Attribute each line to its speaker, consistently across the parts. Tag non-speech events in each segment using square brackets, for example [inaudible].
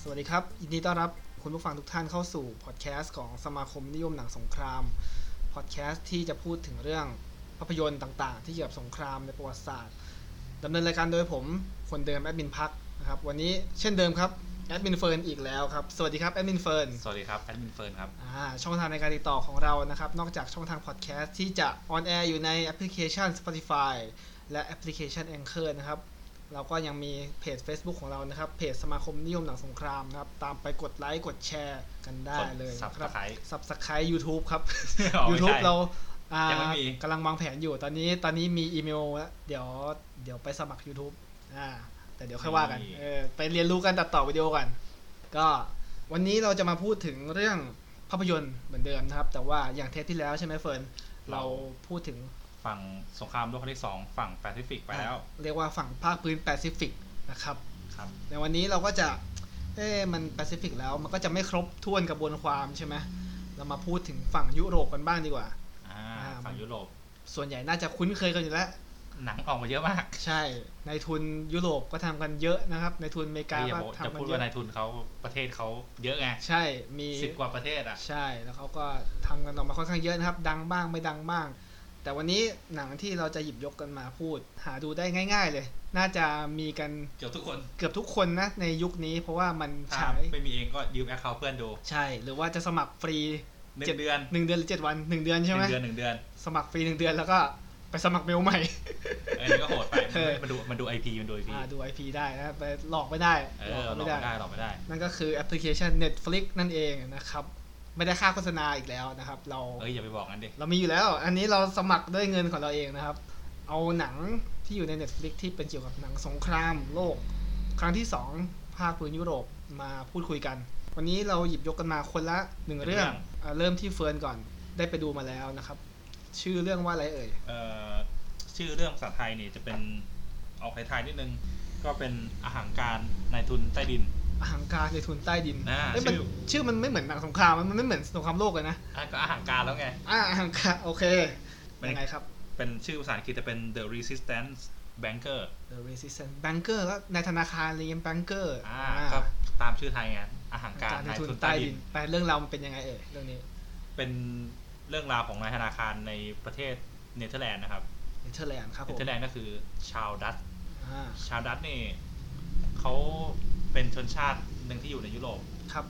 Speaker 1: สวัสดีครับ ยินดีต้อนรับคุณผู้ฟังทุกท่านเข้าสู่พอดแคสต์ของสมาคมนิยมหนังสงคราม พอดแคสต์ที่จะพูดถึงเรื่องภาพยนตร์ต่างๆ ที่เกี่ยวกับสงครามในประวัติศาสตร์ดำเนินรายการโดยผมคนเดิมแอดมินพักนะครับ วันนี้เช่นเดิมครับแอดมินเฟิร์นอีกแล้วครับ สวัสดีครับแอดมินเฟิร์น
Speaker 2: สวัสดีครับแอดมินเฟิร์นครับ
Speaker 1: อ่าช่องทางในการติดต่อของเรานะครับ นอกจากช่องทางพอดแคสต์ที่จะออนแอร์อยู่ในแอปพลิเคชัน Spotify และแอปพลิเคชัน Anchor นะครับ เราก็ยังมีเพจ Facebook ของเรานะครับ เพจสมาคมนิยมหนังสงครามนะครับ ตามไปกดไลค์กดแชร์กันได้เลย
Speaker 2: กด Subscribe
Speaker 1: นะสับสไคร b e YouTube ครับ
Speaker 2: อ๋อไม่ใช่
Speaker 1: YouTube เราอ่าย
Speaker 2: งไม่มี
Speaker 1: กำลังวางแผนอยู่ตอนนี้ตอนนี้มีอีเมลแล้วเดี๋ยวเดี๋ยวไปสมัคร YouTube อ่าแต่เดี๋ยวค่อยว่ากัน
Speaker 2: นี่
Speaker 1: เออไปเรียนรู้การตัดต่อวิดีโอกัน ก็วันนี้เราจะมาพูดถึงเรื่องภาพยนตร์เหมือนเดิมนะครับ แต่ว่าอย่างเทปที่แล้วใช่ไหมเฟิร์นเราพูดถึง
Speaker 2: ฝั่งสงครามโลกครั้งที่สองฝั่งแปซิฟิกไปแล้ว
Speaker 1: อ่ะเรียกว่าฝั่งภาคพื้นแปซิฟิกนะครับ
Speaker 2: ครับ
Speaker 1: ในวันนี้เราก็จะ เอ๊ะมันแปซิฟิกแล้วมันก็จะไม่ครบถ้วนกระบวนความใช่ไหมเรามาพูดถึงฝั่งยุโรปกันบ้างดีกว่า
Speaker 2: อ่า
Speaker 1: อ่า
Speaker 2: ฝั่งยุโรป
Speaker 1: ส่วนใหญ่น่าจะคุ้นเคยกันอยู่แล้ว
Speaker 2: หนังออกมาเยอะมาก
Speaker 1: ใช่ในทุนยุโรปก็ทำกันเยอะนะครับ ในทุนอเมริกา
Speaker 2: เฮ้ยอ
Speaker 1: ก็
Speaker 2: ย่าบอกจะ
Speaker 1: ทำกัน
Speaker 2: พูด
Speaker 1: เย
Speaker 2: ว่านา
Speaker 1: อะ
Speaker 2: ยทุนเขาประเทศเขาเยอะไง
Speaker 1: ใช่มี
Speaker 2: สิบกว่าประเทศอ่ะ
Speaker 1: ใช่แล้วเขาก็ทำกันออกมาค่อนข้างเยอะนะครับ ดังบ้างไม่ดังบ้าง แต่วันนี้หนังที่เราจะหยิบยกกันมาพูด หาดูได้ง่าย ๆ เลย น่าจะมีกัน
Speaker 2: เกือบทุกคน
Speaker 1: เกือบทุกคนนะในยุคนี้ เพราะว่ามัน
Speaker 2: ถ้า
Speaker 1: ฉาย
Speaker 2: ไม่มีเองก็ยืมแอคเคาท์เพื่อนดู
Speaker 1: ใช่ หรือว่าจะสมัครฟรี
Speaker 2: หนึ่
Speaker 1: เจ็ด
Speaker 2: งเดือน
Speaker 1: หนึ่งเดือนหรือเจ็ดวันหนึ่งเดือน
Speaker 2: ห
Speaker 1: ใช่
Speaker 2: นึ่
Speaker 1: ไหม
Speaker 2: งเดือนหนึ่งเดือน
Speaker 1: สมัครฟรีหนึ่งเดือนแล้วก็ไปสมัครเมลใหม่
Speaker 2: เออนี่ก็โหดไป
Speaker 1: เออ
Speaker 2: มันดูมันดูไอพีมันดูไอพี
Speaker 1: อ่าดูไอพีได้นะไปหลอกไม่ได้
Speaker 2: เอ
Speaker 1: หล
Speaker 2: อ
Speaker 1: อก
Speaker 2: หลอก
Speaker 1: ไม่ได้
Speaker 2: ไม่ได้หลอกไม่ได้
Speaker 1: นั่นก็คือแอปพลิเคชัน Netflix นั่นเองนะครับ ไม่ได้ค่าโฆษณาอีกแล้วนะครับ เรา
Speaker 2: เอ้ยอย่าไปบอกงั้นดิ
Speaker 1: เรามีอยู่แล้ว อันนี้เราสมัครด้วยเงินของเราเองนะครับ เอาหนังที่อยู่ใน Netflix ที่เป็นเกี่ยวกับหนังสงครามโลก ครั้งที่สองภาคพื้นยุโรปมาพูดคุยกัน วันนี้เราหยิบยกกันมาคนละหนึ่งเรื่องอ่าเริ่มที่เฟิร์นก่อนได้ไปดูมาแล้วนะครับ ชื่อเรื่องว่าอะไรเอ่ย
Speaker 2: เอ่อชื่อเรื่องภาษาไทยนี่จะเป็นออกไทยๆนิดนึง ก็เป็นอาหารการนายทุนใต้ดิน
Speaker 1: อาหังการในทุนใต้ดิน
Speaker 2: อ่า
Speaker 1: เอ้ยมัน
Speaker 2: ชื่อ
Speaker 1: ชื่อมันไม่เหมือนหนังสงครามมันไม่เหมือนสงครามโลกเลยนะ
Speaker 2: อ่ะก็อาหารการแล้วไง
Speaker 1: อ่าอาหังการโอเค
Speaker 2: มัน
Speaker 1: ยังไงครับ
Speaker 2: เป็นชื่อภาษาอังกฤษจะเป็น The Resistance Banker
Speaker 1: The Resistance Banker ก็ในธนาคารเรียน Banker
Speaker 2: อ่าก็ตามชื่อไทยไงอาหารการ
Speaker 1: ใน
Speaker 2: นาย
Speaker 1: ทุ
Speaker 2: ทุ
Speaker 1: น
Speaker 2: น
Speaker 1: ใต้
Speaker 2: ใต้
Speaker 1: ดิ
Speaker 2: ดิ
Speaker 1: น
Speaker 2: น
Speaker 1: ไปเรื่องราวมันเป็นยังไงเอ่ยเรื่องนี้
Speaker 2: เป็นเรื่องราวของนายธนาคารในประเทศเนเธอร์แลนด์นะครับ
Speaker 1: เนเธอร์แลนด์ครับ
Speaker 2: เน
Speaker 1: ผม
Speaker 2: เธอร์แลนด์ก็คือชาวดัตช์
Speaker 1: อ่า
Speaker 2: ชาวดัตช์นี่เขาเป็นชนชาติหนึ่งที่อยู่ในยุโรป
Speaker 1: ครับ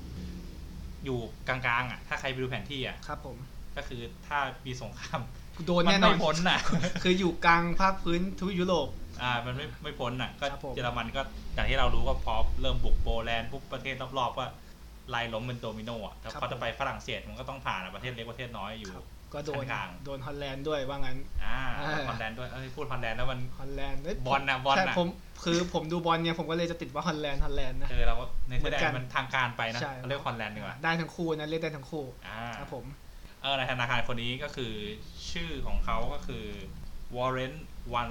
Speaker 2: อยู่กลางๆอ่ะ ถ้าใครไปดูแผนที่อ่ะ
Speaker 1: ครับผม
Speaker 2: ก็คือถ้ามีสงคราม
Speaker 1: โดน
Speaker 2: มั
Speaker 1: แน่นอ
Speaker 2: ไม่
Speaker 1: น
Speaker 2: พ้นอ่ะ
Speaker 1: คืออยู่กลางภาคพื้นทวีปยุโรป
Speaker 2: อ่ามันไม่ไม่พ้นอ่ะ ก็
Speaker 1: ครับผม
Speaker 2: เยอรมันก็อย่างที่เรารู้ก็พอเริ่มบุกโปแลนด์ปุ๊บประเทศรอบๆก็ไล่ล้มเป็นโดมิโนอ่ะถ้า
Speaker 1: ครับ
Speaker 2: พอจะไปฝรั่งเศสมันก็ต้องผ่านอะประเทศเล็กประเทศน้อยอยู่
Speaker 1: ครับก็โดน
Speaker 2: กลาง
Speaker 1: โดนฮอลแลนด์ด้วยว่างั้น
Speaker 2: อ่า
Speaker 1: อ่า
Speaker 2: ฮอลแลนด์ด้วยเอ้ยพูดฮอลแลนด์แล้วมัน
Speaker 1: ฮอลแลนด์เอ้ย
Speaker 2: บอลนะบอล
Speaker 1: ใช่
Speaker 2: นะ
Speaker 1: ผมคือผมดูบอลเนี่ยผมก็เลยจะติดว่าฮอลแลนด์ฮอลแลนด์นะ
Speaker 2: เออเราก็ในเธอร์แลน
Speaker 1: เหมือนกัน
Speaker 2: ด์มันทางการไปนะ
Speaker 1: ใช่
Speaker 2: เราเรียกฮอลแลนด์ดีกว่า
Speaker 1: ได้ทั้งคู่นะเล่นได้ทั้งคู่
Speaker 2: อ่า
Speaker 1: ครับผม
Speaker 2: เออในธนาคารคนนี้ก็คือชื่อของเขาก็คือวอร์เรนวัน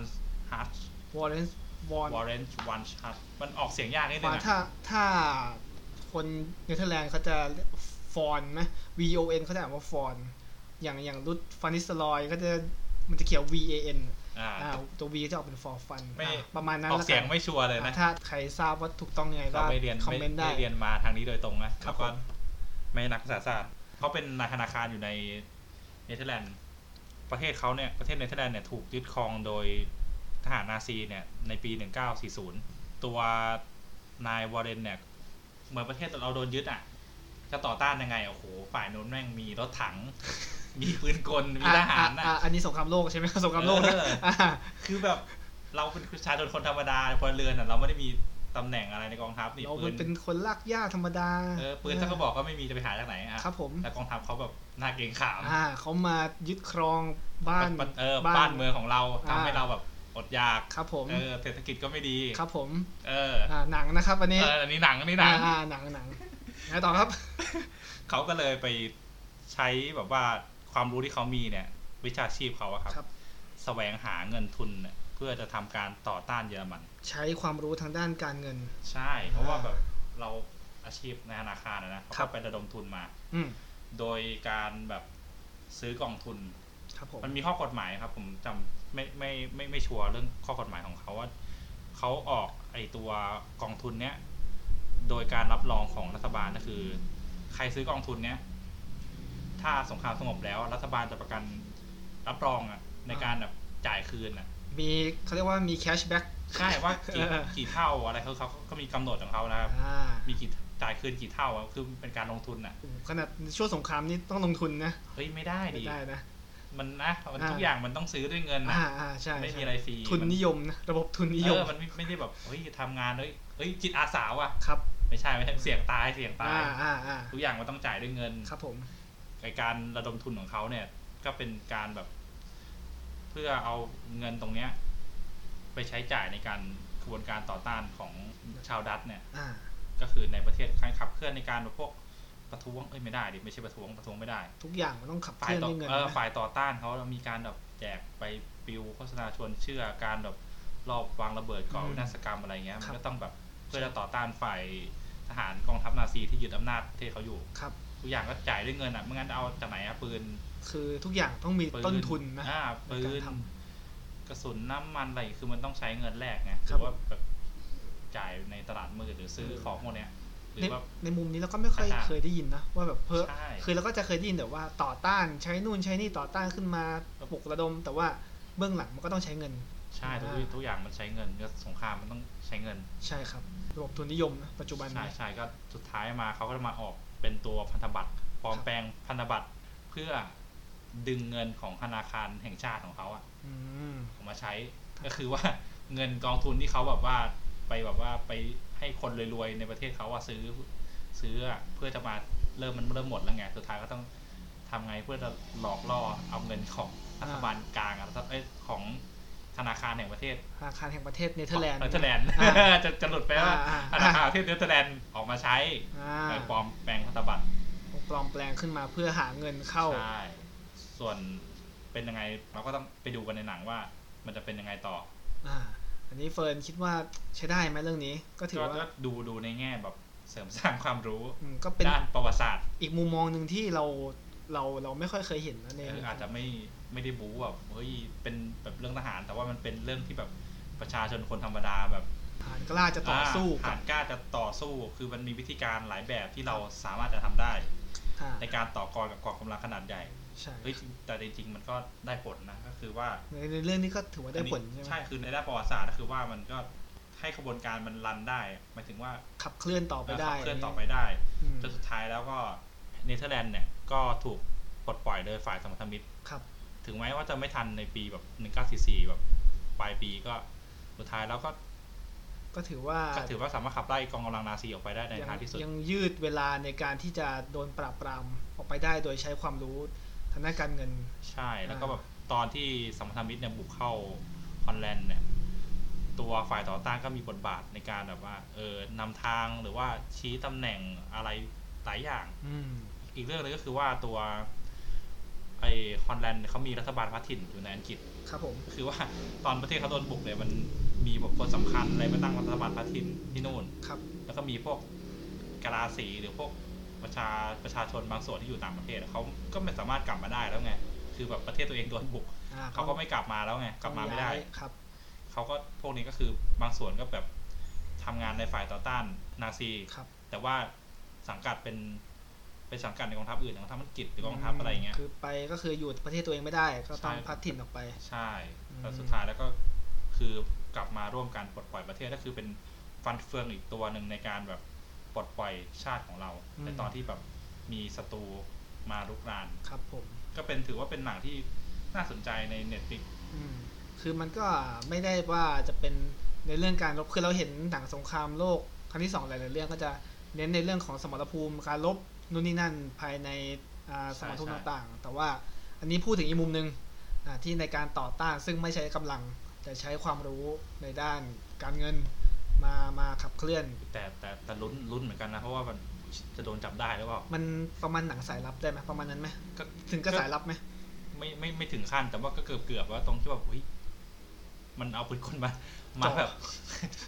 Speaker 2: ฮัต
Speaker 1: วอร์เรนวอน
Speaker 2: วอร์เรนวันฮัตมันออกเสียงยากนิดนึงอะ
Speaker 1: ถ้าถ้าคนเนเธอร์แลนด์เขาจะฟอนไหม V O N เขาจะอ่านว่าฟอน อย่างอย่างรุดฟันิสลอยก็จะมันจะเขียว V A N
Speaker 2: อ่า
Speaker 1: อ่าตัว V จะออกเป็นฟอร์ฟัน
Speaker 2: ไม่
Speaker 1: ประมาณนั้น
Speaker 2: ออกเสียง
Speaker 1: แล้ว
Speaker 2: ไม่ชัวร์เล
Speaker 1: กั
Speaker 2: ย
Speaker 1: น
Speaker 2: นะ
Speaker 1: ถ้าใครทราบว่าถูกต้องยังไงก็
Speaker 2: เราไม่เรียน
Speaker 1: คอม
Speaker 2: ไม่
Speaker 1: เมนต์ได้
Speaker 2: ไม่เรียนมาทางนี้โดยตรงนะครับ แล้ว
Speaker 1: ผ
Speaker 2: ก็
Speaker 1: ม
Speaker 2: ไม่นักภาษาศาสตร์เขาเป็นนายธนาคารอยู่ในเนเธอร์แลนด์ ประเทศเขาเนี่ยประเทศเนเธอร์แลนด์เนี่ยถูกยึดครองโดยทหารนาซีเนี่ยในปี 1940 ตัวนาย วอร์เรนเนี่ยเหมือนประเทศเราโดนยึดอ่ะจะต่อต้านยังไงโอ้โหฝ่ายนู้นแม่งมีรถถัง [laughs] มีปืนกลมีทหาร
Speaker 1: อ่ะ
Speaker 2: นะ
Speaker 1: อ่ะอันนี้สงครามโลกใช่ไหม [laughs] สงครามโลกนะ
Speaker 2: เออ
Speaker 1: อ่ะ
Speaker 2: คือแบบเราเป็นประชาชนคนธรรมดาพลเรือนอ่ะเราไม่ได้มีตำแหน่งอะไรในกองทัพนี่
Speaker 1: เรา
Speaker 2: ปืน
Speaker 1: เป็นคนลากหญ้าธรรมดา
Speaker 2: เออปืนสักกระบอกก็ไม่มีจะไปหาจากไหนอ่ะ
Speaker 1: ครับผม
Speaker 2: แล้วกองทัพเขาแบบน่าเกรงขาม
Speaker 1: อ่าเขามายึดครองบ้าน
Speaker 2: เออ
Speaker 1: บ้าน
Speaker 2: บ้านเมืองของเรา
Speaker 1: อ่า
Speaker 2: ทำให้เราแบบอดอยาก
Speaker 1: ครับผม
Speaker 2: เออเศรษฐกิจก็ไม่ดี
Speaker 1: ครับผม
Speaker 2: เออ
Speaker 1: อ่าหนังนะครับอันนี้
Speaker 2: เอออันนี้หนังอันนี้หนัง
Speaker 1: อ่าหนังหนังนะต่อครับ
Speaker 2: เขาก็เลยไปใช้แบบว่าความรู้ที่เขามีเนี่ย วิชาชีพเขาอะครับ
Speaker 1: ครับ
Speaker 2: แสวงหาเงินทุนเนี่ยเพื่อจะทำการต่อต้านเยอรมัน
Speaker 1: ใช้ความรู้ทางด้านการเงิน
Speaker 2: ใช่ เพราะว่าแบบเราอาชีพในธนาคารอะนะเขา
Speaker 1: ครั
Speaker 2: ก็
Speaker 1: บ
Speaker 2: ไประดมทุนมา
Speaker 1: อืม
Speaker 2: โดยการแบบซื้อกองทุน
Speaker 1: ครับผม
Speaker 2: มันมีข้อกฎหมายครับ ผมจำไม่ไม่ไม่ไม่ชัวร์เรื่องข้อกฎหมายของเขาว่าเขาออกไอตัวกองทุนเนี้ย โดยการรับรองของรัฐบาลก็คือ ใครซื้อกองทุนเนี้ยถ้าสงครามสงบแล้ว รัฐบาลจะประกันรับรองอะในการแบบจ่ายคืนอะ
Speaker 1: มีเขาเรียกว่ามีแคชแบ็ก
Speaker 2: ใช่
Speaker 1: [laughs]
Speaker 2: ว่ากี่
Speaker 1: เออ
Speaker 2: กี่เท่าอะไรเขาเขาก็มีกำหนดของเขานะครับ
Speaker 1: อ่า
Speaker 2: มีกี่จ่ายคืนกี่เท่าอะคือเป็นการลงทุนอ่ะ
Speaker 1: โอ้ขนาดช่วงสงครามนี่ต้องลงทุนนะ
Speaker 2: เฮ้ยไม่ได้
Speaker 1: ไม่
Speaker 2: ดิ
Speaker 1: ได้นะ
Speaker 2: มันนะมัน
Speaker 1: อ่า
Speaker 2: ทุกอย่างมันต้องซื้อด้วยเงินนะ
Speaker 1: อ่าอ่าใช่
Speaker 2: ไม่มี
Speaker 1: ใช่
Speaker 2: อะไรฟรี
Speaker 1: ทุน
Speaker 2: มั
Speaker 1: นิยมนะระบบทุนนิยม
Speaker 2: เออมันไม่ไม่ได้แบบเฮ้ยทำงานเฮ้ยเฮ้ยจิตอาสาว่ะ
Speaker 1: ครับ
Speaker 2: ไม่ใช่ไม่ใช่เสี่ยงตายเสี่ยงตา
Speaker 1: อ่าย อ่าอ่า
Speaker 2: ทุกอย่างมันต้องจ่ายด้วยเงิน
Speaker 1: ครับผม
Speaker 2: ไอการระดมทุนของเขาเนี่ย ก็เป็นการแบบ เพื่อเอาเงินตรงเนี้ย ไปใช้จ่ายในการกระบวนการต่อต้านของชาวดัตช์เนี่ย
Speaker 1: อ่า
Speaker 2: ก็คือในประเทศการขับเคลื่อนในการพวกประท้วงเอ้ยไม่ได้ดิไม่ใช่ประท้วงประท้วงไม่ได้
Speaker 1: ทุกอย่างมันต้องขับเค
Speaker 2: ฝ่าย
Speaker 1: ลื่อนด้วย
Speaker 2: ต่อ
Speaker 1: เงิน
Speaker 2: เออ
Speaker 1: นะ
Speaker 2: ฝ่ายต่อต้านเขามีการแบบแจกไปปลิวโฆษณาชวนเชื่อการแบบรอบวางระเบิดก่อ
Speaker 1: อืม
Speaker 2: วินาศกรรมอะไรเงี้ย
Speaker 1: ค
Speaker 2: มั
Speaker 1: รับ
Speaker 2: นก็ต้องแบบเพื่อจะต่อต้านฝ่ายทหารกองทัพนาซีที่ยึดอำนาจประเทศเขาอยู่
Speaker 1: ครับ
Speaker 2: ทุกอย่างก็จ่ายด้วยเงินอ่ะไม่งั้นเอาจากไหนอะปืน
Speaker 1: คือทุกอย่างต้องมี
Speaker 2: ปื
Speaker 1: ต้นทุนนะ
Speaker 2: อ่า
Speaker 1: ใน
Speaker 2: ปื
Speaker 1: การ
Speaker 2: น
Speaker 1: ท
Speaker 2: กระสุนน้ำมันอะไรคือมันต้องใช้เงินแลกไงห
Speaker 1: ครั
Speaker 2: รื
Speaker 1: บ
Speaker 2: อว่าแบบจ่ายในตลาดมือหรือซื้อของพวกเนี้ยหรือ
Speaker 1: ใน
Speaker 2: ว่า
Speaker 1: ในมุมนี้เราก็ไม่ค่อย
Speaker 2: ต่างๆ
Speaker 1: เคยได้ยินนะว่าแบบเพิ่ม
Speaker 2: ใช่
Speaker 1: คือเราก็จะเคยได้ยินแต่ว่าต่อต้านใช้นู่นใช้นี่ต่อต้านขึ้นมา
Speaker 2: ครับ
Speaker 1: ปลุกระดม แต่ว่าเบื้องหลังมันก็ต้องใช้เงิน
Speaker 2: ใช่ทุก
Speaker 1: อ่า
Speaker 2: ทุกอย่างมันใช้เงินก็สงครามมันต้องใช้เงิน
Speaker 1: ใช่ครับระบบทุนนิยมนะปัจจุบัน
Speaker 2: ใช่
Speaker 1: นะ
Speaker 2: ใช่ก็สุดท้ายมาเขาก็จะมาออกเป็นตัวพันธบัตรปลอม
Speaker 1: ครับ
Speaker 2: แปลงพันธบัตรเพื่อดึงเงินของธนาคารแห่งชาติของเขาอะ
Speaker 1: อืม
Speaker 2: ออกมาใช้ ก็คือว่า เงินกองทุนที่เขาแบบว่าไปแบบว่าไปให้คนรวยๆในประเทศเขาว่าซื้อซื้ออะเพื่อจะมาเริ่มมันเริ่มหมดแล้วไงสุดท้ายก็ต้องทำไงเพื่อจะหลอกล่อเอาเงินของรัฐบาลกลางอะเอ้ยของธนาคารแห่งประเทศ
Speaker 1: ธนาคารแห่งประเทศเนเธอร์แลนด์
Speaker 2: เนเธอร์แลนด์
Speaker 1: อ่า
Speaker 2: [laughs] จะจะหลุดไปว่า
Speaker 1: อ่า
Speaker 2: ธ
Speaker 1: อ่า
Speaker 2: นาคารประเทศเนเธอร์แลนด์ออกมาใช้
Speaker 1: อ่า
Speaker 2: ไปปลอมแปลงพันธบัตร
Speaker 1: ปลอมแปลงขึ้นมาเพื่อหาเงินเข้า
Speaker 2: ใช่ส่วนเป็นยังไงเราก็ต้องไปดูกันในหนังว่า มันจะเป็นยังไงต่อ
Speaker 1: อ่า อันนี้เฟิร์นคิดว่าใช้ได้ไหมเรื่องนี้ ก็ถือ
Speaker 2: ก็ก็
Speaker 1: ว่า
Speaker 2: ดูดูในแง่แบบเสริมสร้างความรู้
Speaker 1: อืมก็เป็น
Speaker 2: ด้านประวัติศาสตร์
Speaker 1: อีกมุมมองหนึ่งที่เราเราเราไม่ค่อยเคยเห็นนะใน
Speaker 2: เอออาจจะไม่ไม่ได้บู๊แบบเฮ้ยเป็นแบบเรื่องทหาร แต่ว่ามันเป็นเรื่องที่แบบประชาชนคนธรรมดาแบบ
Speaker 1: ฐานกล้าจะต่อสู้
Speaker 2: า
Speaker 1: กั
Speaker 2: หา
Speaker 1: บ
Speaker 2: รกล้าจะต่อสู้คือมันมีวิธีการหลายแบบที่เราสามารถจะทำได้
Speaker 1: อ่า
Speaker 2: ในการต่อกรกับกองกำลังขนาดใหญ่
Speaker 1: ใช่
Speaker 2: เฮ้ยแต่จริงๆมันก็ได้ผลนะก็คือว่า
Speaker 1: ในในเรื่องนี้ก็ถือว่าได้ผล
Speaker 2: อัน
Speaker 1: ใช่ไห
Speaker 2: นี้
Speaker 1: ม
Speaker 2: ใช่คือในด้านประวัติศาสตร์ก็คือว่ามันก็ให้ขบวนการมันรันได้หมายถึงว่า
Speaker 1: ขับเคลื่อนต่อไปได้
Speaker 2: ขับเคลื่อนต่อไปได้
Speaker 1: อืม
Speaker 2: จนสุดท้ายแล้วก็เนเธอร์แลนด์เนี่ยก็ถูกปลดปล่อยโดยฝ่ายสมรรถมิตร
Speaker 1: ครับ
Speaker 2: ถึงแม้ว่าจะไม่ทันในปีแบบ 1944 แบบปลายปีก็สุดท้ายแล้วก็
Speaker 1: ก็ถือว่า
Speaker 2: ก็ถือว่าสามารถขับไล่กองกำลังนาซีออกไปได้ใน
Speaker 1: ยัง
Speaker 2: ท้ายที่สุด
Speaker 1: ยังยืดเวลาในการที่จะโดนปราบปรามออกไปได้โดยใช้ความรู้ทางด้านการเงิน
Speaker 2: ใช่แล้วก็
Speaker 1: อ่า
Speaker 2: แบบตอนที่สมรทมิตรเนี่ยบุกเข้าฮอลแลนด์เนี่ยตัวฝ่ายต่อต้านก็มีบทบาทในการแบบว่าเออนำทางหรือว่าชี้ตำแหน่งอะไรหลายอย่าง
Speaker 1: อืม
Speaker 2: อีกเรื่องหนึงก็คือว่าตัวไอฮอลแลนด์เนี่ยเขามีรัฐบาลพัฒถิ่นอยู่ในอังกฤษ
Speaker 1: ครับผม
Speaker 2: ก็คือว่าตอนประเทศเขาโดนบุกเนี่ยมันมีบุคคลสำคัญอะไรมาตั้งรัฐบาลพัฒถิ่นที่นู่น
Speaker 1: ครับ
Speaker 2: แล้วก็มีพวกกะลาสีหรือพวกประชาประชาชนบางส่วนที่อยู่ต่างประเทศอะเขาก็ไม่สามารถกลับมาได้แล้วไงคือแบบประเทศตัวเองโดนบุก
Speaker 1: อ่
Speaker 2: เขาก็ไม่กลับมาแล้วไง กลับมาไม่ได้
Speaker 1: ย้ยครับ
Speaker 2: เขาก็พวกนี้ก็คือบางส่วนก็แบบทำงานในฝ่ายต่อต้านนาซี
Speaker 1: ครับ
Speaker 2: แต่ว่าสังกัดเป็นเป็นสังกัดในกองทัพอื่นกองทัพอังกฤษหรือกองทัพอะไรอย่างเงี้ย
Speaker 1: คือไปก็คืออยู่ประเทศตัวเองไม่ได้ก็ต้อง
Speaker 2: ใช่
Speaker 1: พัดถิ่นออกไป
Speaker 2: ใช่แล้ว
Speaker 1: อืม
Speaker 2: สุดท้ายแล้วก็คือกลับมาร่วมกันปลดปล่อยประเทศก็คือเป็นฟันเฟืองอีกตัวหนึ่งในการแบบปลดปล่อยชาติของเราในตอนที่แบบมีศัตรูมารุกราน
Speaker 1: ครับผม
Speaker 2: ก็เป็นถือว่าเป็นหนังที่น่าสนใจในเน็ตฟลิก
Speaker 1: อืมคือมันก็ไม่ได้ว่าจะเป็นในเรื่องการรบ คือเราเห็นหนังสงครามโลกครั้งที่สองหลายๆเรื่องก็จะเน้นในเรื่องของสมรภูมิการรบนู่นนี่นั่นภายในอ่าส
Speaker 2: ใช่
Speaker 1: มรภูมิ
Speaker 2: ใช่
Speaker 1: ต่างๆ แต่ว่าอันนี้พูดถึงอีกมุมหนึ่งอ่าที่ในการต่อต้านซึ่งไม่ใช้กำลังแต่ใช้ความรู้ในด้านการเงินมามาขับเคลื่อน
Speaker 2: แต่แต่แต่ลุ้นลุ้นเหมือนกันนะ เพราะว่ามันจะโดนจับได้หรือเปล่า
Speaker 1: มันประมาณหนังสายลับได้ไหมประมาณนั้นไหม
Speaker 2: ก็
Speaker 1: ถึงกระสายลับไหม
Speaker 2: ไม่ไม่ไม่ถึงขั้น แต่ว่าก็เกือบเกือบว่าตรงที่แบบเฮ้ยมันเอาปืนคนมา [laughs] มาแบบ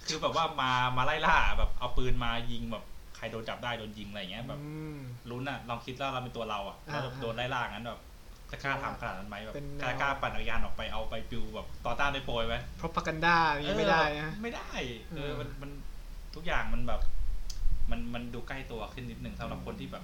Speaker 2: คือแบบว่ามามาไล่ล่าแบบเอาปืนมายิงแบบใครโดนจับได้โดนยิงอะไรอย่างเงี้ยแบบ
Speaker 1: อืม
Speaker 2: ลุ้นอ่ะลองคิดว่าเราเป็นตัวเราอ่ะ
Speaker 1: อ่า
Speaker 2: เราโดนไล่ล่างั้นแบบจะกล้าทำขนาดนั้นไหมแบบ
Speaker 1: เป็นแนว
Speaker 2: กล้ากล้าปั่นจักรยานออกไปเอาไปปิวแบบต่อต้านในโปรยไหม
Speaker 1: propaganda อย่างนี้ไม่ได้นะ
Speaker 2: เออไม่ได้เออ
Speaker 1: เออ
Speaker 2: มันมันทุกอย่างมันแบบ มันมันดูใกล้ตัวขึ้นนิดหนึ่งสำหรับคนที่แบบ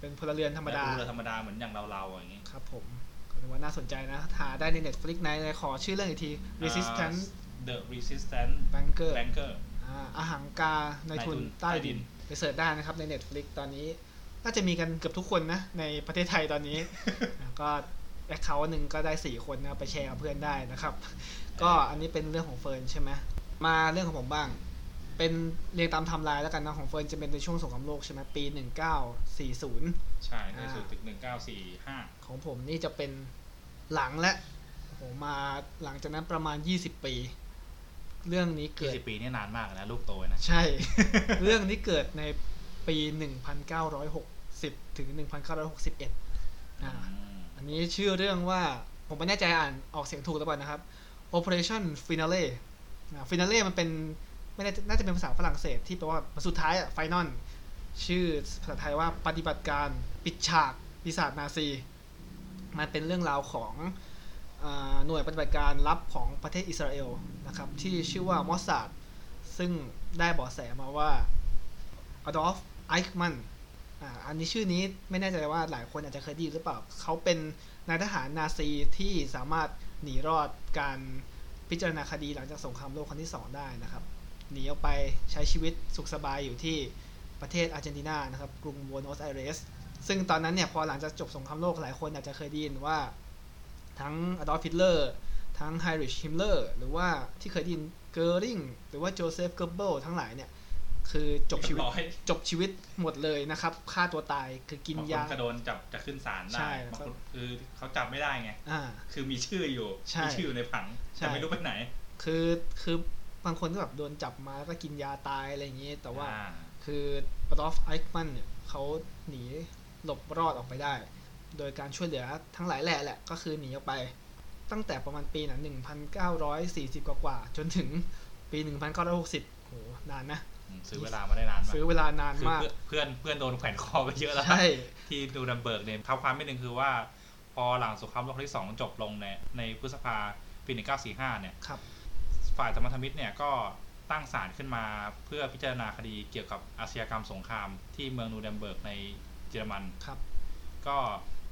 Speaker 1: เป็นพลเรือนธรรมดา
Speaker 2: เรือธรรมดาเหมือนอย่างเราเราๆอย่างงี้
Speaker 1: ครับผมก็ถือว่าน่าสนใจนะหาได้ใน Netflix ไหนไหนขอชื่อเรื่องอีกที Resistance
Speaker 2: เอ่อ The Resistance
Speaker 1: Banker
Speaker 2: Banker
Speaker 1: อ่าอาหังกาในทุน
Speaker 2: นายทุนใต้
Speaker 1: ใต้
Speaker 2: ดิ
Speaker 1: ดิน
Speaker 2: น
Speaker 1: ไปเสิร์ชได้นะครับใน Netflix ตอนนี้ น่าจะมีกันเกือบทุกคนนะ ในประเทศไทยตอนนี้ แล้วก็แอคเคาท์หนึ่งก็ได้ 4 คนนะไปแชร์กับเพื่อนได้นะครับ ก็อันนี้เป็นเรื่องของเฟิร์นใช่ไหมมาเรื่องของผมบ้าง เป็นเรียงตามไทำลายแล้วกันนะของเฟิร์นจะเป็นในช่วงสงครามโลกใช่ไหมปี 1940
Speaker 2: ใช่ในสุดตึกหนึ่งเก้าสี่ห้า
Speaker 1: ของผมนี่จะเป็นหลังและโอ้โหมาหลังจากนั้นประมาณ 20 ปี เรื่องนี้
Speaker 2: ยี่
Speaker 1: เกิด
Speaker 2: สิบปีนี่นานมากนะลูกโตนะ
Speaker 1: ใช่ [laughs] เรื่องนี้เกิดในปี 1960 ถึง 1961อ่าอันนี้ชื่อเรื่องว่าผมไม่แน่ใจอ่านออกเสียงถูกหรือเปล่านะครับ Operation Finale นะ Finale มันเป็นไม่แน่น่าจะเป็นภาษาฝรั่งเศสที่แปลว่าสุดท้ายอะ Final ชื่อภาษาไทยว่าปฏิบัติการปิดฉากปีศาจนาซี มันเป็นเรื่องราวของอาหน่วยปฏิบัติการลับของประเทศอิสราเอลนะครับ ที่ชื่อว่ามอสซาด ซึ่งได้เบาะแสมาว่าอดอล์ฟไอค์มันอ่าอันนี้ชื่อนี้ไม่แน่ใจว่าหลายคนอาจจะเคยได้ยินหรือเปล่า เขาเป็นนายทหารนาซีที่สามารถหนีรอดการพิจารณาคดีหลังจากสงครามโลกครั้งที่ 2 ได้นะครับ หนีออกไปใช้ชีวิตสุขสบายอยู่ที่ประเทศอาร์เจนตินานะครับ กรุงบัวโนสไอเรส ซึ่งตอนนั้นเนี่ยพอหลังจากจบสงครามโลกหลายคนอาจจะเคยได้ยินว่าทั้งอดอล์ฟฮิตเลอร์ ทั้งไฮริชฮิมเลอร์หรือว่าที่เคยได้ยินเกอริงหรือว่าโจเซฟเกอร์เบิลทั้งหลายเนี่ย คือจบชีวิต
Speaker 2: เรียบร้อย
Speaker 1: จบชีวิตหมดเลยนะครับฆ่าตัวตายคือกินยา
Speaker 2: บางคจะโดนจับจะขึ้นศาล
Speaker 1: ใช่
Speaker 2: ได้
Speaker 1: แล้ว
Speaker 2: บาง
Speaker 1: ก็
Speaker 2: คนคือเขาจับไม่ได้ไง
Speaker 1: อ่า
Speaker 2: คือมีชื่ออยู่
Speaker 1: ใช่
Speaker 2: มีชื่ออยู่ในผัง
Speaker 1: ใช่
Speaker 2: แต่ไม่รู้ไปไหน
Speaker 1: คือคือบางคนก็แบบโดนจับมาแล้วก็กินยาตายอะไรอย่างนี้แต่ว่า
Speaker 2: อ่
Speaker 1: คือปรอฟไอคมันเนี่ยเขาหนีหลบรอดออกไปได้ โดยการช่วยเหลือทั้งหลายแหล่แหละ ก็คือหนีออกไป ตั้งแต่ประมาณปีนะ1940 กว่ากว่าๆจนถึงปี 1960โหนานนะ
Speaker 2: อืมซื้อเวลามาได้นานมาก
Speaker 1: ซื้อเวลานาน
Speaker 2: คือ
Speaker 1: มาก
Speaker 2: เพื่อนเพื่อนเพื่อนโดนแขวนคอไปเยอะแล้ว
Speaker 1: ใช่
Speaker 2: ที่ดูดัมเบิร์กเนี่ยท้าความไม่หนึ่งคือว่า พอหลังสงครามโลกครั้งที่สองจบลงในยในพฤษภาปี 1945 เนี่ย
Speaker 1: ครับ
Speaker 2: ฝ่ายธรรมธรรมิตเนี่ยก็ตั้งศาลขึ้นมาเพื่อพิจารณาคดีเกี่ยวกับอาชญากรรมสงครามที่เมืองนูเดมเบิร์กในเยอรมัน
Speaker 1: ครับ
Speaker 2: ก็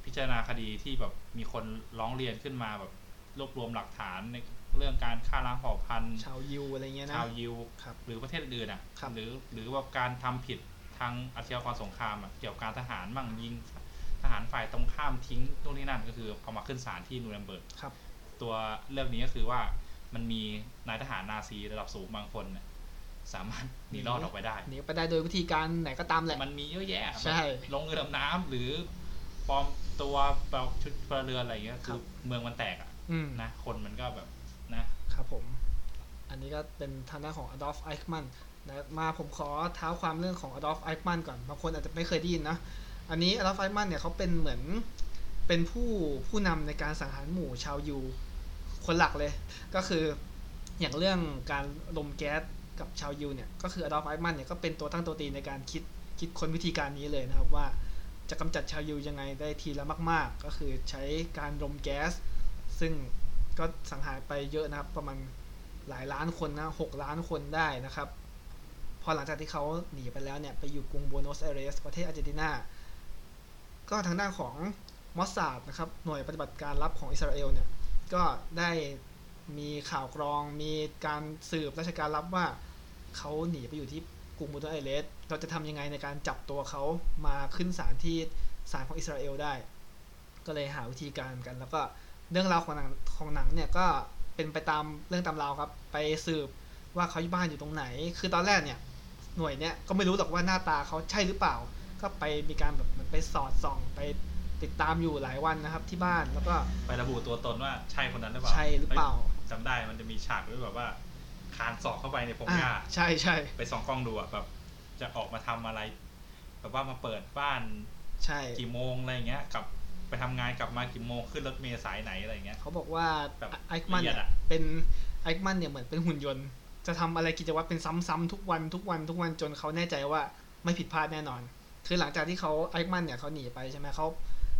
Speaker 2: พิจารณาคดีที่แบบมีคนร้องเรียนขึ้นมาแบบรวบรวมหลักฐานในเรื่องการฆ่าล้างเผ่าพันธุ์
Speaker 1: ชาวยิวอะไรเงี้ยนะ
Speaker 2: ชาวยิว
Speaker 1: ครับ
Speaker 2: หรือประเทศอื่นๆอ่ะ
Speaker 1: ครับ
Speaker 2: หรือหรือว่าการทำผิดทางอาชญากรสงครามอ่ะเกี่ยวกับการทหารมั่งยิง ทหารฝ่ายตรงข้ามทิ้งนู่นนี่นั่นก็คือเอามาขึ้นศาลที่นูเรมเบิร์ก
Speaker 1: ครับ
Speaker 2: ตัวเรื่องนี้ก็คือว่ามันมีนายทหารนาซีระดับสูงบางคนเนี่ยสามารถหนีรอดออกไปได้
Speaker 1: หนีไปได้โดยวิธีการไหนก็ตามแหละ
Speaker 2: มันมีเยอะแยะ
Speaker 1: ใช่
Speaker 2: ลงเรือดำน้ำหรือปลอมตัวแบบชุดพลเรือนอะไรอย่างเงี้ย
Speaker 1: ครั
Speaker 2: คื
Speaker 1: บ
Speaker 2: อเมืองมันแตกอ่ะ
Speaker 1: อืม
Speaker 2: นะคนมันก็แบบนะครับ
Speaker 1: ผม อันนี้ก็เป็นทางด้านของ Adolf Eichmann นะมาผมขอเท้าความเรื่องของ Adolf Eichmann ก่อน บางคนอาจจะไม่เคยได้ยินนะ อันนี้ Adolf Eichmann เนี่ยเขาเป็นเหมือนเป็นผู้ผู้นำในการสังหารหมู่ชาวยูคนหลักเลย ก็คืออย่างเรื่องการลมแก๊สกับชาวยูเนี่ย ก็คือ Adolf Eichmann เนี่ยก็เป็นตัวตั้งตัวตีในการคิดคิดค้นวิธีการนี้เลยนะครับว่าจะกำจัดชาวยูยังไงได้ทีละมาก ๆ ก็คือใช้การลมแก๊ส ซึ่ง ก็สังหารไปเยอะนะครับ ประมาณหลายล้านคนนะหกล้านคนได้นะครับ พอหลังจากที่เขาหนีไปแล้วเนี่ย ไปอยู่กรุงบัวโนสไอเรส ประเทศอาร์เจนตินา ก็ทางด้านของมอสซาดนะครับ หน่วยปฏิบัติการลับของอิสราเอลเนี่ย ก็ได้มีข่าวกรอง มีการสืบราชการลับว่า เขาหนีไปอยู่ที่กรุงบัวโนสไอเรส เราจะทำยังไงในการจับตัวเขามาขึ้นศาลที่ศาลของอิสราเอลได้ ก็เลยหาวิธีการกันแล้วก็ เรื่องราวของหนังของหนังเนี่ยก็เป็นไปตามเรื่องตามราวครับ ไปสืบว่าเขาอยู่บ้านอยู่ตรงไหน คือตอนแรกเนี่ย หน่วยเนี่ยก็ไม่รู้หรอกว่าหน้าตาเขาใช่หรือเปล่า ก็ไปมีการแบบเหมันไปสอดส่องไปติดตามอยู่หลายวันนะครับที่บ้านแล้วก็
Speaker 2: ไประบุตัวตนว่าใช่คนนั้นหรือเปล่า
Speaker 1: ใช่หรือเปล่า
Speaker 2: ฮ้ยจำได้มันจะมีฉากด้วยแบบว่าคานศอกเข้าไปในพงห
Speaker 1: อ่า
Speaker 2: ญ้า
Speaker 1: ใช่ใช่
Speaker 2: ไปส่องกล้องดูอะแบบจะออกมาทำอะไร แบบว่ามาเปิดบ้าน
Speaker 1: ใช่
Speaker 2: กี่โมงอะไรอย่างเงี้ยกลับไปทำงานกลับมากี่โมงขึ้นรถเมล์สายไหนอะไรอย่างเงี้ย
Speaker 1: เขาบอกว่า
Speaker 2: แบบ
Speaker 1: ไอคมัน
Speaker 2: ละเอีย
Speaker 1: เนี่ย
Speaker 2: ดอะ
Speaker 1: เป็นไอคมันเนี่ยเหมือนเป็นหุ่นยนต์ จะทำอะไรกิจวัตรเป็นซ้ำๆทุกวันทุกวันทุกวันจนเขาแน่ใจว่าไม่ผิดพลาดแน่นอน คือหลังจากที่เขาไอคมันเนี่ยเขาหนีไปใช่ไหมเขา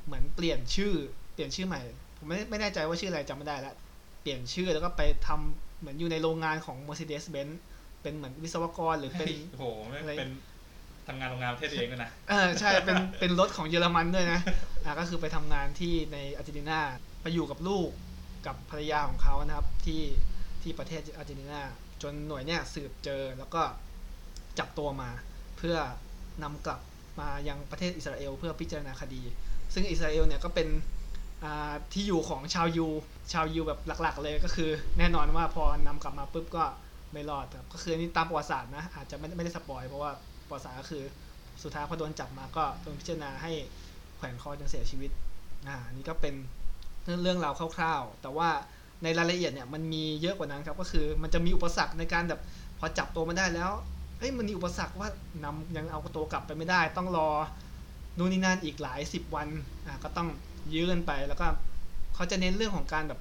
Speaker 1: เหมือนเปลี่ยนชื่อเปลี่ยนชื่อใหม่ ผมไม่ไม่แน่ใจว่าชื่ออะไรจำไม่ได้แล้ว เปลี่ยนชื่อแล้วก็ไปทำเหมือนอยู่ในโรงงานของ Mercedes Benz เป็นเหมือนวิศวกรหรือเป็น
Speaker 2: โอ้โหไม่ง
Speaker 1: อะไร
Speaker 2: เป็นท ทำงานโรงงานประเทศตัวเองด้วยนะ
Speaker 1: เออใช่เป็นเป็นรถของเยอรมันด้วยนะอ่ะก็คือไปทำงานที่ในอาร์เจนตินาไปอยู่กับลูกกับภรรยาของเขานะครับที่ที่ประเทศอาร์เจนตินาจนหน่วยเนี่ยสืบเจอแล้วก็จับตัวมา เพื่อนำกลับมายังประเทศอิสราเอล เพื่อพิจารณาคดี ซึ่งอิสราเอลเนี่ยก็เป็นอ่าที่อยู่ของชาวยูชาวยูแบบหลักๆ เลยก็คือ แน่นอนว่าพอนำกลับมาปุ๊บก็ไม่รอดครับก็คืออันนี่ตามประวัติศาสตร์นะอาจจะไม่ไม่ได้สปอยเพราะว่าประวัติศาสตร์ก็คือ สุดท้ายพอโดนจับมาก็โดนพิจารณาให้แขวนคอจนเสียชีวิต อ่า นี่ก็เป็นเรื่องราวคร่าวๆ แต่ว่าในรายละเอียดเนี่ยมันมีเยอะกว่านั้นครับ ก็คือมันจะมีอุปสรรคในการแบบพอจับตัวมันได้แล้ว เอ้ยมันมีอุปสรรคว่านำยังเอาตัวกลับไปไม่ได้ ต้องรอนู่นนี่นั่นอีกหลายสิบวัน อ่า ก็ต้องยื้อกันไป แล้วก็เขาจะเน้นเรื่องของการแบบ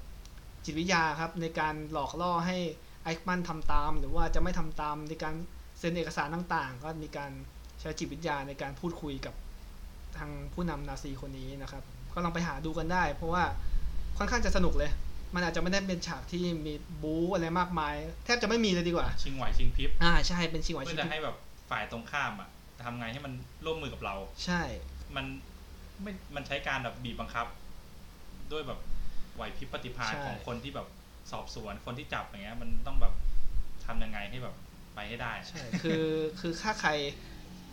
Speaker 1: จิตวิทยาครับในการหลอกล่อให้ไอคมันทำตาม หรือว่าจะไม่ทำตามในการเซ็นเอกสารต่างๆ ก็มีการ ใช้จิตวิทยาในการพูดคุยกับทางผู้นำนาซีคนนี้นะครับ ก็ลองไปหาดูกันได้ เพราะว่าค่อนข้างจะสนุกเลย มันอาจจะไม่ได้เป็นฉากที่มีบู๊อะไรมากมาย แทบจะไม่มีเลยดีกว่า
Speaker 2: ชิงไหวชิงพริบ
Speaker 1: อ่าใช่เป็นชิงไหว
Speaker 2: เพื่
Speaker 1: ชิ
Speaker 2: อง
Speaker 1: พ
Speaker 2: จะ
Speaker 1: ริบ
Speaker 2: ให้แบบฝ่ายตรงข้ามอะทำไงให้มันร่วมมือกับเรา
Speaker 1: ใช่
Speaker 2: มันไม่มันใช้การแบบบีบบังคับ ด้วยแบบไหวพริบปฏิภาณ
Speaker 1: ใช่
Speaker 2: ของคนที่แบบสอบสวนคนที่จับอย่างเงี้ย มันต้องแบบทำยังไงให้แบบไปให้ได้
Speaker 1: ใช่ คือ [laughs] คือถ้าใคร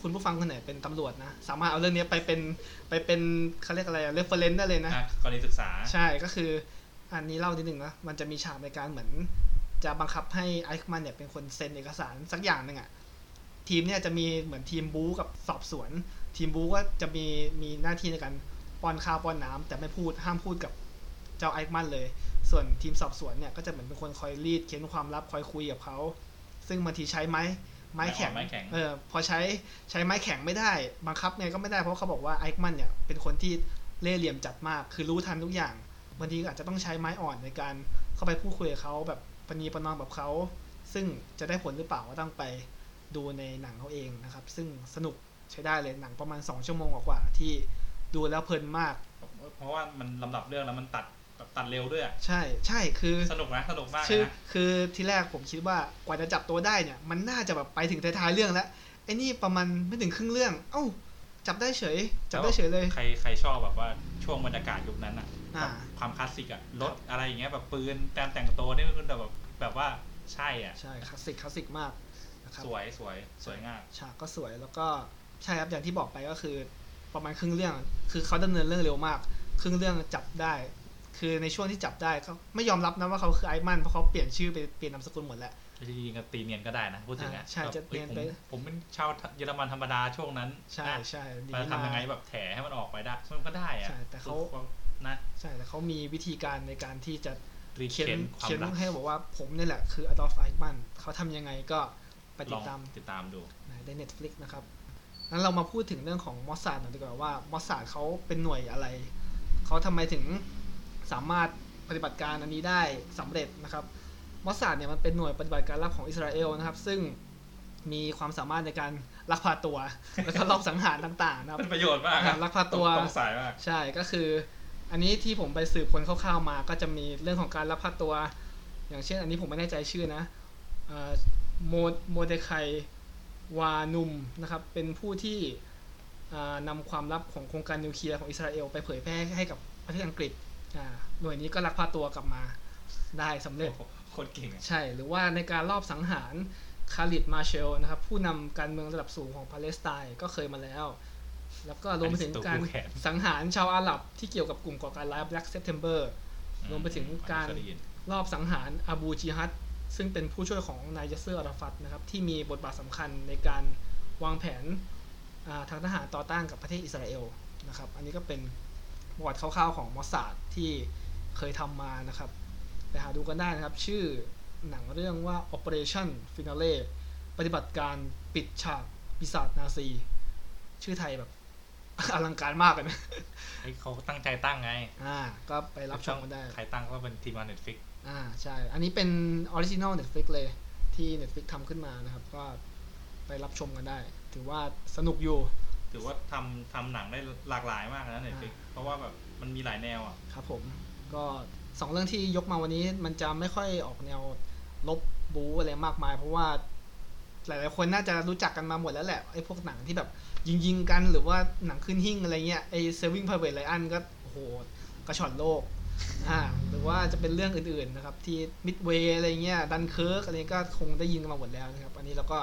Speaker 1: คุณผู้ฟังคนไหนเป็นตำรวจนะ สามารถเอาเรื่องนี้ไปเป็นไปเป็นเขาเรียกอะไรเรฟเฟรนซ์ได้เลยนะ
Speaker 2: อ่ะกรณีศึกษา
Speaker 1: ใช่ ก็คืออันนี้เล่านิดหนึ่งนะ มันจะมีฉากในการเหมือน จะบังคับให้ไอคมันเนี่ยเป็นคนเซ็นเอกสารสักอย่างหนึ่งอะ่ะ ทีมเนี่ยจะมีเหมือนทีมบู๊กับสอบสวน ทีมบู๊ก็จะมีมีหน้าที่ในการป้อนข้าวป้อนน้ำแต่ไม่พูดห้ามพูดกับเจ้าไอคมันเลย ส่วนทีมสอบสวนเนี่ยก็จะเหมือนเป็นคนคอยรีดเค้นความลับคอยคุยกับเขา ซึ่งบางทีใช้ไม้ไม้แข็ง
Speaker 2: ไม้แข็ง
Speaker 1: เออพอใช้ใช้ไม้แข็งไม่ได้ บังคับไงก็ไม่ได้เพราะเขาบอกว่าไอคมันเนี่ยเป็นคนที่ เล่ห์เหลี่ยมจัดมาก คือรู้ทันทุกอย่างบางทีอาจจะต้องใช้ไม้อ่อนในการเข้าไปพูดคุยกับเขาแบบปณีประนอมกับเขา ซึ่งจะได้ผลหรือเปล่าก็ต้องไปดูในหนังเขาเองนะครับ ซึ่งสนุกใช้ได้เลยหนังประมาณ 2 ชั่วโมงกว่าๆที่ดูแล้วเพลินมาก
Speaker 2: เพราะว่ามันลำดับเรื่องแล้วมันตัดแบบตัดเร็วด้วยอะ
Speaker 1: ใช่ใช่คือ
Speaker 2: สนุกนะสนุกมากเล
Speaker 1: คื
Speaker 2: ย
Speaker 1: อ
Speaker 2: นะ
Speaker 1: คือที่แรกผมคิดว่ากว่าจะจับตัวได้เนี่ยมันน่าจะแบบไปถึงท้ายๆเรื่องแล้วไอ้นี่ประมาณไม่ถึงครึ่งเรื่อง เอ้า จับได้เฉย จับได้เฉยเลย
Speaker 2: ใครใครชอบแบบว่าช่วงบรรยากาศยุคนั้นอะ
Speaker 1: อ่า
Speaker 2: ความคลาสสิกอะรถอะไรอย่างเงี้ยแบบปืนแตมแต่งตัวนี่มันคือแบบแบบว่าใช่อ่ะ
Speaker 1: ใช่คลาสสิกคลาสสิกมากนะครับ
Speaker 2: สวยสวยสวยงาม
Speaker 1: ฉากก็สวยแล้วก็ใช่ครับอย่างที่บอกไปก็คือประมาณครึ่งเรื่อง คือเขาดำเนินเรื่องเร็วมาก ครึ่งเรื่องจับได้ คือในช่วงที่จับได้เขาไม่ยอมรับนะว่าเขาคือไอซ์มันเพราะเขาเปลี่ยนชื่อไปเปลี่ยนนามสกุลหมดแล้ว
Speaker 2: จริงๆก็ตีเนียนก็ได้นะพูดถึงอะ
Speaker 1: อ่าใช่
Speaker 2: แบบ
Speaker 1: จะเนียนไป
Speaker 2: อ้ผมผมเป็นชาวเยอรมันธรรมดาช่วงนั้น
Speaker 1: ใช่
Speaker 2: นะ
Speaker 1: ใช่ดี
Speaker 2: มาทำยังไง
Speaker 1: มาก
Speaker 2: แบบแถให้มันออกไปได้มันก็ได้อะ
Speaker 1: ใช่แต่เขา
Speaker 2: คือควมนะ
Speaker 1: ใช่แต่เขามีวิธีการในการที่จะ
Speaker 2: รี
Speaker 1: เขีย
Speaker 2: เคน
Speaker 1: น
Speaker 2: ความ
Speaker 1: เขียน
Speaker 2: รัก
Speaker 1: ให้บอกว่าผมนี่แหละคืออดอล์ฟไอซ์มันเขาทำยังไงก็ไป
Speaker 2: ล
Speaker 1: ติ
Speaker 2: อ
Speaker 1: ด
Speaker 2: ง
Speaker 1: ตาม
Speaker 2: ติดตามดู
Speaker 1: นะใน Netflix นะครับ งั้นเรามาพูดถึงเรื่องของมอสซาดหน่อยดีกว่าว่ามอสซาดเขาเป็นหน่วยอะไร เขาทำไมถึงสามารถปฏิบัติการอันนี้ได้สำเร็จนะครับ มอสซาดเนี่ยมันเป็นหน่วยปฏิบัติการลับของอิสราเอลนะครับ ซึ่งมีความสามารถในการลักพาตัว แล้วก็ลอบสังหารต่างๆนะครับ
Speaker 2: เป็นประโยชน์มาก
Speaker 1: ลักพาตัว
Speaker 2: ต้องสายมาก
Speaker 1: ใช่ก็คือ อันนี้ที่ผมไปสืบคนคร่าวๆมา ก็จะมีเรื่องของการลักพาตัว อย่างเช่น อันนี้ผมไม่แน่ใจชื่อนะเอ่อโมโมเดคายวานุมนะครับ เป็นผู้ที่อ่านำความลับของโครงการนิวเคลียร์ของอิสราเอลไปเผยแพร่ให้กับประเทศอังกฤษอ่าหน่วยนี้ก็ลักพาตัวกลับมาได้สำเร็จ
Speaker 2: โอ้โหโคนเก่งอะ
Speaker 1: ใช่ หรือว่าในการลอบสังหารคาลิดมาเชลนะครับ ผู้นำการเมืองระดับสูงของปาเลสไตน์ก็เคยมาแล้ว แล้วก็รวมไปถึงการ
Speaker 2: อันนี้สตูคู่แขน
Speaker 1: สังหารชาวอาหรับที่เกี่ยวกับกลุ่มก่อการร้าย Black September รวมไปถึงการ
Speaker 2: อันนี้เคยได้ยิน
Speaker 1: รอบสังหารอาบูจิฮัดซึ่งเป็นผู้ช่วยของนายยาเซอร์อาราฟัตนะครับ ที่มีบทบาทสำคัญในการวางแผนอ่าทางทหารต่อต้านกับประเทศอิสราเอลนะครับ อันนี้ก็เป็นประวัติคร่าวๆของมอสซาดที่เคยทำมานะครับ ไปหาดูกันได้นะครับ ชื่อหนังเรื่องว่า Operation Finale ปฏิบัติการปิดฉากปีศาจนาซี ชื่อไทยแบบ [laughs] อลังการมากเลยนะ
Speaker 2: ไอ้เขาตั้งใจตั้งไง
Speaker 1: อ่า ก็ไปรับชมกันได้
Speaker 2: ใครตั้งก็เป็นทีมงานเน็ตฟิก
Speaker 1: อ่าใช่ อันนี้เป็นออริจินอล Netflix เลยที่ Netflix ทำขึ้นมานะครับ ก็ไปรับชมกันได้ ถือว่าสนุกอยู่
Speaker 2: ถือว่าทำทำหนังได้หลากหลายมากนะเน็ตฟิกเพราะว่าแบบมันมีหลายแนวอ่ะ
Speaker 1: ครับผม ก็สองเรื่องที่ยกมาวันนี้มันจะไม่ค่อยออกแนวลบบู๊อะไรมากมาย เพราะว่า หลายๆคนน่าจะรู้จักกันมาหมดแล้วแหละไอ้พวกหนังที่แบบยิงยิงๆกันหรือว่าหนังขึ้นหิ้งอะไรเงี้ยไอ้ Saving Private Ryan ก็โอ้โหกระชอนโลกอ่าหรือว่าจะเป็นเรื่องอื่นๆนะครับที่ Midway อะไรเงี้ยดันเคิร์กอะไรเงี้ยก็คงได้ยินกันมาหมดแล้วนะครับอันนี้เราก็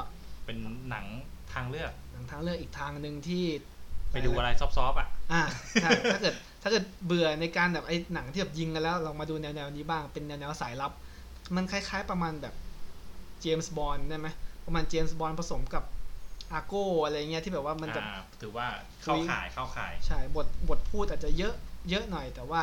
Speaker 2: เป็นหนังทางเลือก
Speaker 1: หนังทางเลือกอีกทางหนึ่งที่
Speaker 2: ไปดูอะไรซอฟๆอ่ะ
Speaker 1: อ่าใช่ ถ้าเกิดถ้าเกิดเบื่อในการแบบไอ้หนังที่แบบยิงกันแล้วลองมาดูแนวแนวๆนี้บ้างเป็นแนวแนวสายลับ มันคล้ายๆประมาณแบบเจมส์บอลได้ไหมประมาณเจมส์บอลผสมกับอาโกอะไรเงี้ยที่แบบว่ามันจะ
Speaker 2: อ่าถือว่าเข้า
Speaker 1: คุย
Speaker 2: ข่ายเข้าข่าย
Speaker 1: ใช่บทบทพูดอาจจะเยอะเยอะหน่อย แต่ว่า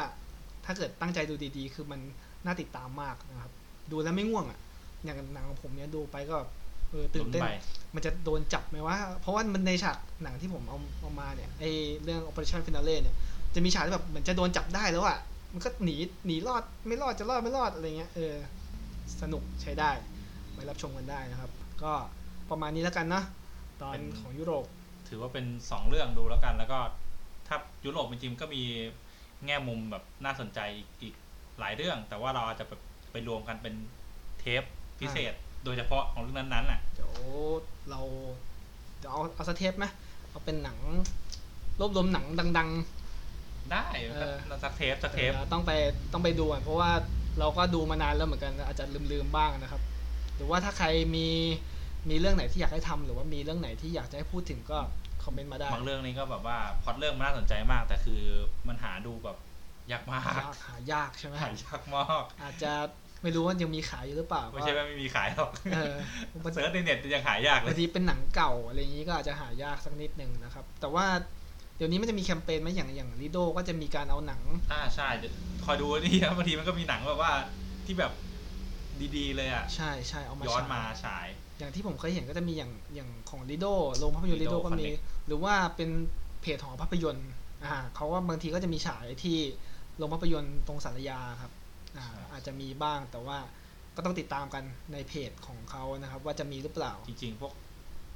Speaker 1: ถ้าเกิดตั้งใจดูดีๆ คือมันน่าติดตามมากนะครับ ดูแล้วไม่ง่วงอ่ะ อย่างหนังของผมเนี่ยดูไปก็แบบเออตื่นเต้น
Speaker 2: ลุ้นไป
Speaker 1: มันจะโดนจับไหมว่า เพราะว่ามันในฉากหนังที่ผมเอาเอามาเนี่ยไอเรื่อง Operation Finale เนี่ย จะมีฉากที่แบบเหมือนจะโดนจับได้แล้วอ่ะ มันก็หนีหนีรอดไม่รอดจะรอดไม่รอดอะไรเงี้ยเออสนุกใช้ได้ไปรับชมกันได้นะครับ ก็ประมาณนี้แล้วกันนะตอนของยุโรป
Speaker 2: ถือว่าเป็นสองเรื่องดูแล้วกัน แล้วก็ถ้ายุโรปจริงๆก็มีแง่มุมแบบน่าสนใจอีกอีกหลายเรื่อง แต่ว่าเราอาจจะแบบไปรวมกันเป็นเทปพิเศษ โดยเฉพาะของเรื่องนั้นๆน่ะ
Speaker 1: เดี๋ยวเราเดี๋ยวเอาเอาสกเทปไหมเอาเป็นหนังรวบรวมหนังดัง
Speaker 2: ได้
Speaker 1: เออ
Speaker 2: ก็สักเทปสัก
Speaker 1: ๆ
Speaker 2: เทป
Speaker 1: เดี๋ยวต้องไปต้องไปดูก่อนเพราะว่าเราก็ดูมานานแล้วเหมือนกันอาจจะลืมๆบ้างนะครับ หรือว่าถ้าใครมีมีเรื่องไหนที่อยากให้ทำหรือว่ามีเรื่องไหนที่อยากจะให้พูดถึงก็คอมเมนต์มาได้
Speaker 2: บางเรื่องนี้ก็แบบว่าพล็อดเรื่องมันน่าสนใจมาก แต่คือมันหาดูแบบยากม [laughs] าก
Speaker 1: ยากหายากใช่ไหม
Speaker 2: หายากมาก
Speaker 1: อาจจะไม่รู้ว่ายังมีขายอยู่หรือเปล่า
Speaker 2: ไม่ใช่ว่าไม่มีขายหรอก
Speaker 1: เออ
Speaker 2: เซิร์ชในเน็ตยังหายยากเล
Speaker 1: บาย งทีเป็นหนังเก่าอะไรอย่างนี้ก็อาจจะหายากสักนิดหนึ่งนะครับ แต่ว่าเดี๋ยวนี้มันจะมีแคมเปญไหมอย่างอย่างลิโดก็จะมีการเอาหนัง
Speaker 2: อ่าใช่เดี๋ยวคอยดูนี่ครับบางทีมันก็มีหนังแบบว่าที่แบบดีๆเลยอ่ะ
Speaker 1: ใช่ใช่เอามา
Speaker 2: ย้อน
Speaker 1: ฉย
Speaker 2: มาฉาย
Speaker 1: อย่างที่ผมเคยเห็นก็จะมีอย่างอย่างของลิโดโรงภาพยนตร์ลิ
Speaker 2: Lido
Speaker 1: โดก็มี
Speaker 2: Connect
Speaker 1: หรือว่าเป็นเพจหอภาพยนตร์อ่าเขาว่าบางทีก็จะมีฉายที่โรงภาพยนตร์ตรงสารยาครับอ่า
Speaker 2: ใช่
Speaker 1: อาจจะมีบ้างแต่ว่าก็ต้องติดตามกันในเพจของเขานะครับ ว่าจะมีหรือเปล่า
Speaker 2: จริงๆ พวก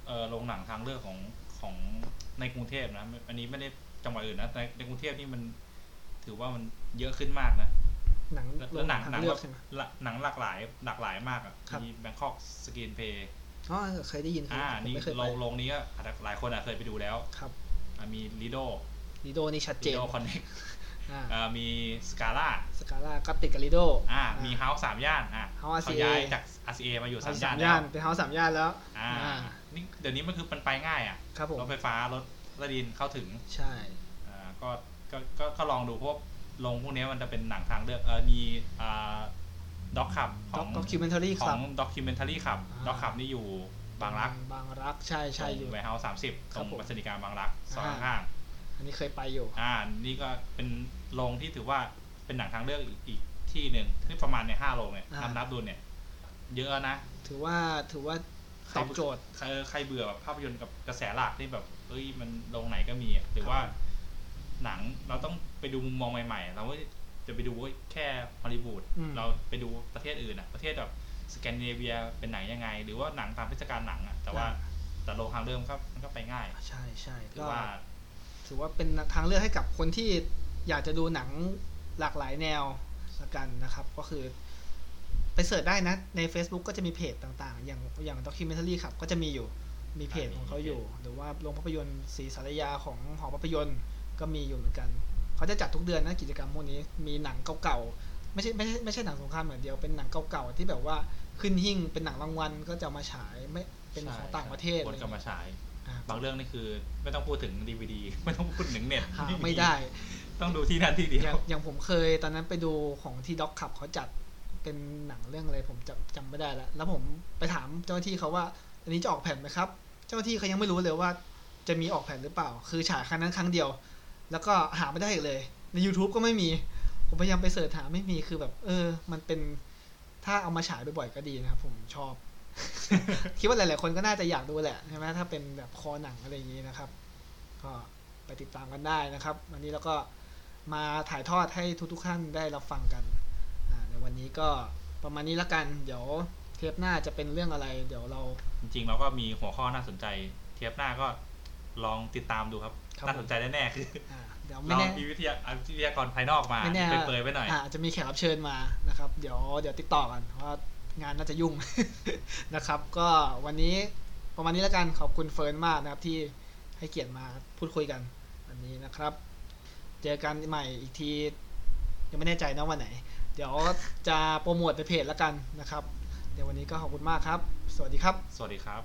Speaker 2: เอ่อโรงหนังทางเลือกของของในกรุงเทพนะไม่อันนี้ไม่ได้จังหวัดอื่นนะในในกรุงเทพนี่มันถือว่ามันเยอะขึ้นมากนะ
Speaker 1: หนัง
Speaker 2: แล้ว
Speaker 1: โร
Speaker 2: แล้ว
Speaker 1: ง
Speaker 2: หนัง
Speaker 1: ทา
Speaker 2: หนัง
Speaker 1: เลื
Speaker 2: แบ
Speaker 1: อก
Speaker 2: บ
Speaker 1: ใช่ไหม
Speaker 2: ละหนังหลากหลายหลากหลายมากอ่ะ
Speaker 1: ครับ
Speaker 2: มีแบงคอกสกรีนเพย์
Speaker 1: อ๋อเคยได้ยินครับ
Speaker 2: อ่า
Speaker 1: ผม
Speaker 2: นี่
Speaker 1: ไม่เคย
Speaker 2: โร
Speaker 1: ไป
Speaker 2: งโรงนี้ก็อาจจะหลายคนอ่ะเคยไปดูแล้ว
Speaker 1: ครับ
Speaker 2: อ่ะมีลีโด
Speaker 1: ลิโดนี่ชัดเจ
Speaker 2: ลี
Speaker 1: น
Speaker 2: โดคอนเน็ก
Speaker 1: อ่า
Speaker 2: มีสกาล่า
Speaker 1: สกาล่าก็ติดกับลิโด
Speaker 2: อ่ามีเฮาส์สามย่านอ่ะ
Speaker 1: House
Speaker 2: เขา
Speaker 1: RCA
Speaker 2: ย้ายจาก RCA มาอยู่สา
Speaker 1: เฮาม ส์สาน ม
Speaker 2: ย่าแล้
Speaker 1: ย่าน
Speaker 2: ว
Speaker 1: เป็นเฮาส์สามย่านแล้ว
Speaker 2: อ่านี่เดี๋ยวนี้มันคือมันไปง่ายอ่ะ
Speaker 1: ครับผม
Speaker 2: รถไฟฟ้ารถใต้ดินเข้าถึง
Speaker 1: ใช่
Speaker 2: อ่าก็ก็ก็ก็ลองดูเพราะว่าลงพวกเนี้ยมันจะเป็นหนังทางเลือกเออมีอ่าด็อกขับข
Speaker 1: ด็
Speaker 2: อ
Speaker 1: อก
Speaker 2: ง
Speaker 1: คิวเมนทอรี่
Speaker 2: ข
Speaker 1: ค
Speaker 2: อ
Speaker 1: รับ
Speaker 2: งด็อกิเมนทารี่ขับ
Speaker 1: อ่า
Speaker 2: ด็อกขับนี่อยู่บางรัก
Speaker 1: บางรักใช่ใช่อ
Speaker 2: ตร
Speaker 1: ยู่
Speaker 2: งไวท์เฮาส์สามสิบ
Speaker 1: ค
Speaker 2: ต
Speaker 1: รั
Speaker 2: ร
Speaker 1: บ
Speaker 2: ง
Speaker 1: ผม
Speaker 2: บัสนิการบางรักสอง
Speaker 1: อ่า
Speaker 2: ข้าง
Speaker 1: อันนี้เคยไปอยู่
Speaker 2: อ่านี่ก็เป็นโรงที่ถือว่าเป็นหนังทางเลือกอีกอีกที่หนึ่งที่ประมาณในยห้าโรงเนี่ย
Speaker 1: อ่า
Speaker 2: นับนับดูเนี่ย เยอะนะ
Speaker 1: ถือว่าถือว่า
Speaker 2: ใคร
Speaker 1: ตอบโจทย์
Speaker 2: ใครใครเบื่อแบบภาพยนตร์กับกระแสหลักที่แบบเอ้ยมันโรงไหนก็มีอะหรือว่า หนังเราต้องไปดูมุมมองใหม่ๆ เราก็จะไปดูแค่ฮอลลีวูด
Speaker 1: อืม
Speaker 2: เราไปดูประเทศอื่นอะประเทศแบบสแกนดิเนเวียเป็นหนังยังไง หรือว่าหนังตามเทศกาลหนังอะแต่ว่าแต่โรงทางเริ่มก็มันก็ไปง่าย
Speaker 1: ใช่ใช่
Speaker 2: ถือ
Speaker 1: ก็
Speaker 2: ว่า
Speaker 1: ถือว่าเป็นทางเลือกให้กับคนที่อยากจะดูหนังหลากหลายแนวละกันนะครับ ก็คือ ไปเสิร์ชได้นะ ใน Facebook ก็จะมีเพจต่างๆ อย่างอย่างด็อกิเมนทารี่ครับ ก็จะมีอยู่มีเพจของเขาอยู่ หรือว่าโรงภาพยนตร์ศรีสารยาของหอภาพยนตร์ก็มีอยู่เหมือนกัน เขาจะจัดทุกเดือนนะกิจกรรมพวกนี้มีหนังเก่าๆไม่ใช่ไม่ใช่ไม่ใช่หนังสงครามอย่างเดียวเป็นหนังเก่าๆที่แบบว่าขึ้นหิ้งเป็นหนังรางวัลก็จะเอามาฉายไม่เป็นของต่างประเทศ
Speaker 2: ใช่วนกลับมาฉาย
Speaker 1: อ่ะ
Speaker 2: บางเรื่องนี่คือไม่ต้องพูดถึงดีวดีไม่ต้องพูดถึงเน็ต
Speaker 1: หาไม่ได้
Speaker 2: ต้องดูที่นั่นที่เดี
Speaker 1: อย ย่าว งอย่างผมเคยตอนนั้นไปดูของที่ด็อกขับเขาจัดเป็นหนังเรื่องอะไรผมจำจำไม่ได้แล้ว แล้วผมไปถามเจ้าหน้าที่เขาว่า อันนี้จะออกแผ่นไหมครับ เจ้าหน้าที่เขายังไม่รู้เลยว่า จะมีออกแผ่นหรือเปล่า คือฉายครั้งนั้นครั้งเดียว แล้วก็หาไม่ได้อีกเลย ใน YouTube ก็ไม่มี ผมพยายามไปเสิร์ชหาไม่มีคือแบบ เออ มันเป็นถ้าเอามาฉายบ่อยๆก็ดีนะครับ ผมชอบ [laughs] คิดว่าหลายๆคนก็น่าจะอยากดูแหละใช่ไหมถ้าเป็นแบบคอหนังอะไรอย่างนี้นะครับ ก็ไปติดตามกันได้นะครับวันนี้เราก็มาถ่ายทอดให้ทุกๆท่านได้รับฟังกันอ่าในวันนี้ก็ประมาณนี้ละกัน เดี๋ยวเทปหน้าจะเป็นเรื่องอะไร เดี๋ยวเรา
Speaker 2: จริงๆเราก็มีหัวข้อน่าสนใจเทปหน้าก็ลองติดตามดูครับ
Speaker 1: ครับ
Speaker 2: น่าสนใจแน่ๆคือ
Speaker 1: อ่าเดี๋ยวไม่
Speaker 2: เรา
Speaker 1: แน่
Speaker 2: มีวิทยาวิทยากรภายนอกมา
Speaker 1: ไม่แน่
Speaker 2: เปรยๆไว้หน่อย
Speaker 1: อาจจะมีแขกรับเชิญมานะครับ [laughs] เดี๋ยวเดี๋ยวติดต่อกันเพราะว่างานน่าจะยุ่ง นะครับ ก็วันนี้ ประมาณนี้แล้วกันขอบคุณเฟิร์นมากนะครับที่ให้เกียรติมาพูดคุยกันวันนี้นะครับ เจอกันใหม่อีกที ยังไม่แน่ใจนะวันไหน เดี๋ยวจะโปรโมทในเพจแล้วกันนะครับ เดี๋ยววันนี้ก็ขอบคุณมากครับ สวัสดีครับ
Speaker 2: สวัสดีครับ